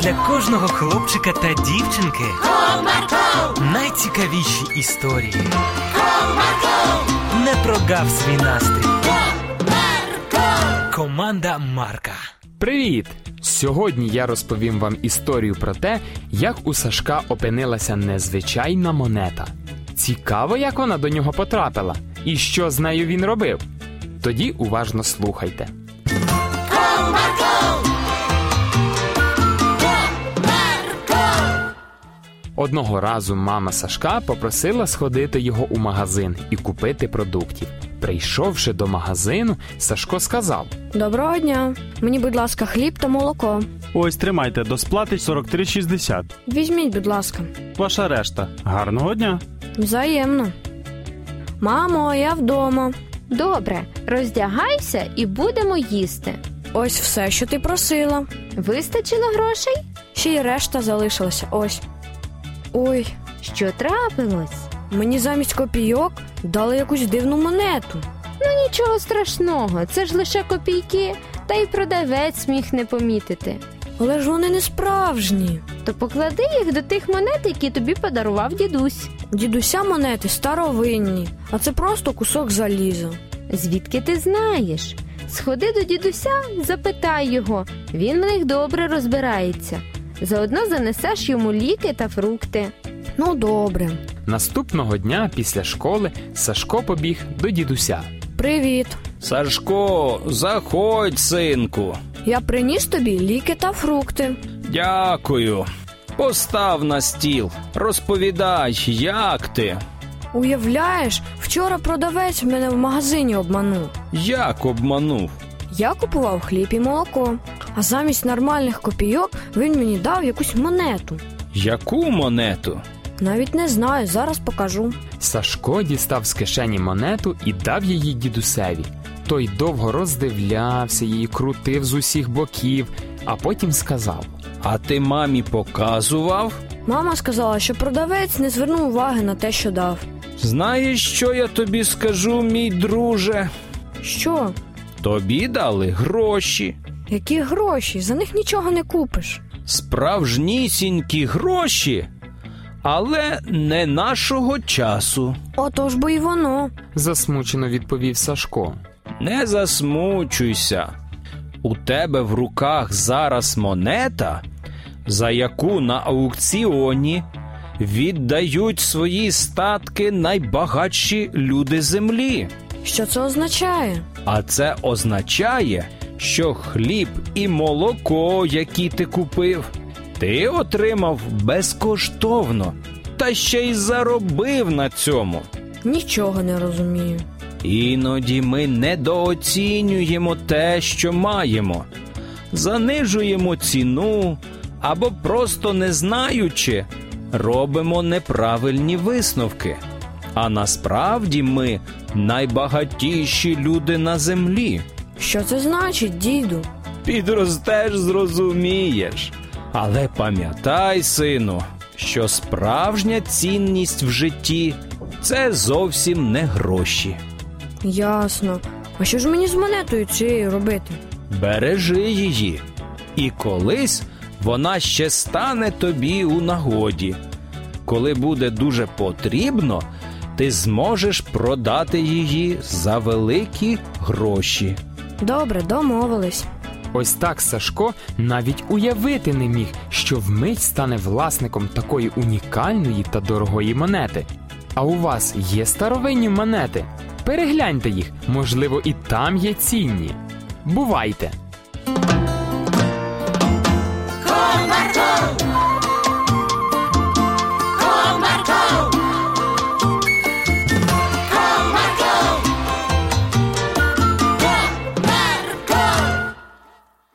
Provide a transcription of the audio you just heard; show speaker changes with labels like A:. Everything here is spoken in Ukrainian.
A: для кожного хлопчика та дівчинки
B: Comarco,
A: найцікавіші історії.
B: Comarco,
A: Не прогав свій настрій.
B: Comarco.
A: Команда Марка.
C: Привіт! Сьогодні я розповім вам історію про те, як у Сашка опинилася незвичайна монета. Цікаво, як вона до нього потрапила і що з нею він робив. Тоді уважно слухайте. Одного разу мама Сашка попросила сходити його у магазин і купити продуктів. Прийшовши до магазину, Сашко сказав:
D: Доброго дня. Мені, будь ласка, хліб та молоко.
E: Ось тримайте до сплати 43,60.
D: Візьміть, будь ласка,
E: Ваша решта. Гарного дня.
D: взаємно. Мамо, я вдома.
F: Добре, роздягайся і будемо їсти.
D: Ось все, що ти просила.
F: Вистачило грошей?
D: Ще й решта залишилася. Ось. Ой,
F: Що трапилось?
D: мені замість копійок дали якусь дивну монету.
F: Ну нічого страшного, це ж лише копійки, та й продавець міг не помітити.
D: Але ж вони не справжні.
F: То поклади їх до тих монет, які тобі подарував дідусь.
D: Дідуся монети старовинні, а це просто кусок заліза.
F: Звідки ти знаєш? Сходи до дідуся, запитай його. Він в них добре розбирається. Заодно занесеш йому ліки та фрукти.
D: Ну добре.
C: наступного дня після школи Сашко побіг до дідуся.
D: Привіт.
G: Сашко, заходь, синку.
D: Я приніс тобі ліки та фрукти.
G: Дякую. Постав на стіл. Розповідай, як ти?
D: Уявляєш, вчора продавець мене в магазині обманув.
G: Як обманув?
D: Я купував хліб і молоко, а замість нормальних копійок він мені дав якусь монету.
G: Яку монету?
D: Навіть не знаю, зараз покажу.
C: Сашко дістав з кишені монету і дав її дідусеві. Той довго роздивлявся її, крутив з усіх боків, а потім сказав:
G: А ти мамі показував?
D: Мама сказала, що продавець не звернув уваги на те, що дав.
G: Знаєш, що я тобі скажу, мій друже?
D: Що?
G: Тобі дали гроші.
D: Які гроші? За них нічого не купиш.
G: Справжнісінькі гроші, але не нашого часу.
D: Отож бо і воно.
C: засмучено відповів Сашко.
G: Не засмучуйся. У тебе в руках зараз монета, за яку на аукціоні віддають свої статки найбагатші люди землі.
D: Що це означає?
G: А це означає, що хліб і молоко, які ти купив, ти отримав безкоштовно та ще й заробив на цьому.
D: Нічого не розумію.
G: Іноді ми недооцінюємо те, що маємо, занижуємо ціну або просто не знаючи, робимо неправильні висновки. А насправді ми найбагатіші люди на землі.
D: Що це значить, діду?
G: Підростеш, зрозумієш. Але пам'ятай, сину, що справжня цінність в житті це зовсім не гроші.
D: Ясно. А що ж мені з монетою цією робити?
G: Бережи її, і колись вона ще стане тобі у нагоді. Коли буде дуже потрібно, ти зможеш продати її за великі гроші.
D: Добре, домовились.
C: Ось так Сашко навіть уявити не міг, що вмить стане власником такої унікальної та дорогої монети. А у вас є старовинні монети? Перегляньте їх, можливо, і там є цінні. Бувайте!
B: Comarco,